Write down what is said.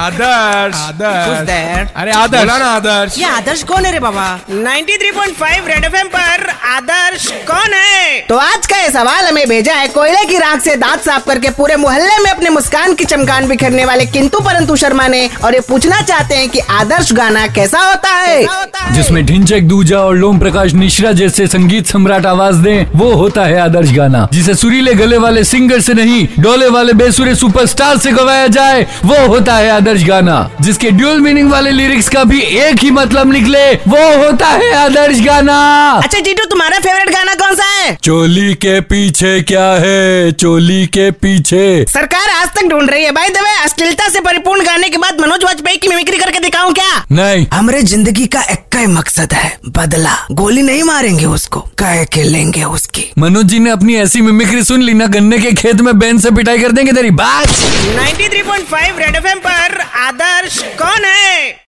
Adarsh Adarsh Who's there? अरे आदर्श बोला ना आदर्श ये आदर्श कौन है रे बाबा 93.5 रेड एफएम पर आदर्श कौन है तो आज का ये सवाल हमें भेजा है कोयले की राख से दांत साफ करके पूरे मोहल्ले में अपने मुस्कान की चमकान बिखरने वाले किंतु परंतु शर्मा ने और ये पूछना चाहते हैं कि आदर्श गाना कैसा होता है जिसमें ढिंचक दूजा और लोम प्रकाश मिश्रा जैसे संगीत सम्राट आवाज दें वो होता है आदर्श गाना जिसे सुरीले गले वाले सिंगर से नहीं डोले वाले बेसुरे सुपरस्टार से गवाया जाए वो होता है आदर्श गाना जिसके ड्यूअल मीनिंग वाले लिरिक्स का भी एक ही मतलब निकले वो होता है आदर्श गाना अच्छा जीटू तुम्हारा फेवरेट गाना कौन सा है चोली के पीछे क्या है चोली के पीछे सरकार आज तक ढूंढ रही है भाई दबे अश्लीलता से परिपूर्ण गाने के बाद मनोज वाजपेयी की मिमिक्री करके दिखाऊं क्या नहीं हमारे जिंदगी का एक ही मकसद है बदला गोली नहीं मारेंगे उसको कह के लेंगे उसकी मनोज जी ने अपनी ऐसी मिमिक्री सुन ली ना गन्ने के खेत में बैन से पिटाई कर देंगे तेरी बात 93.5 रेड एफएम पर आदर्श कौन है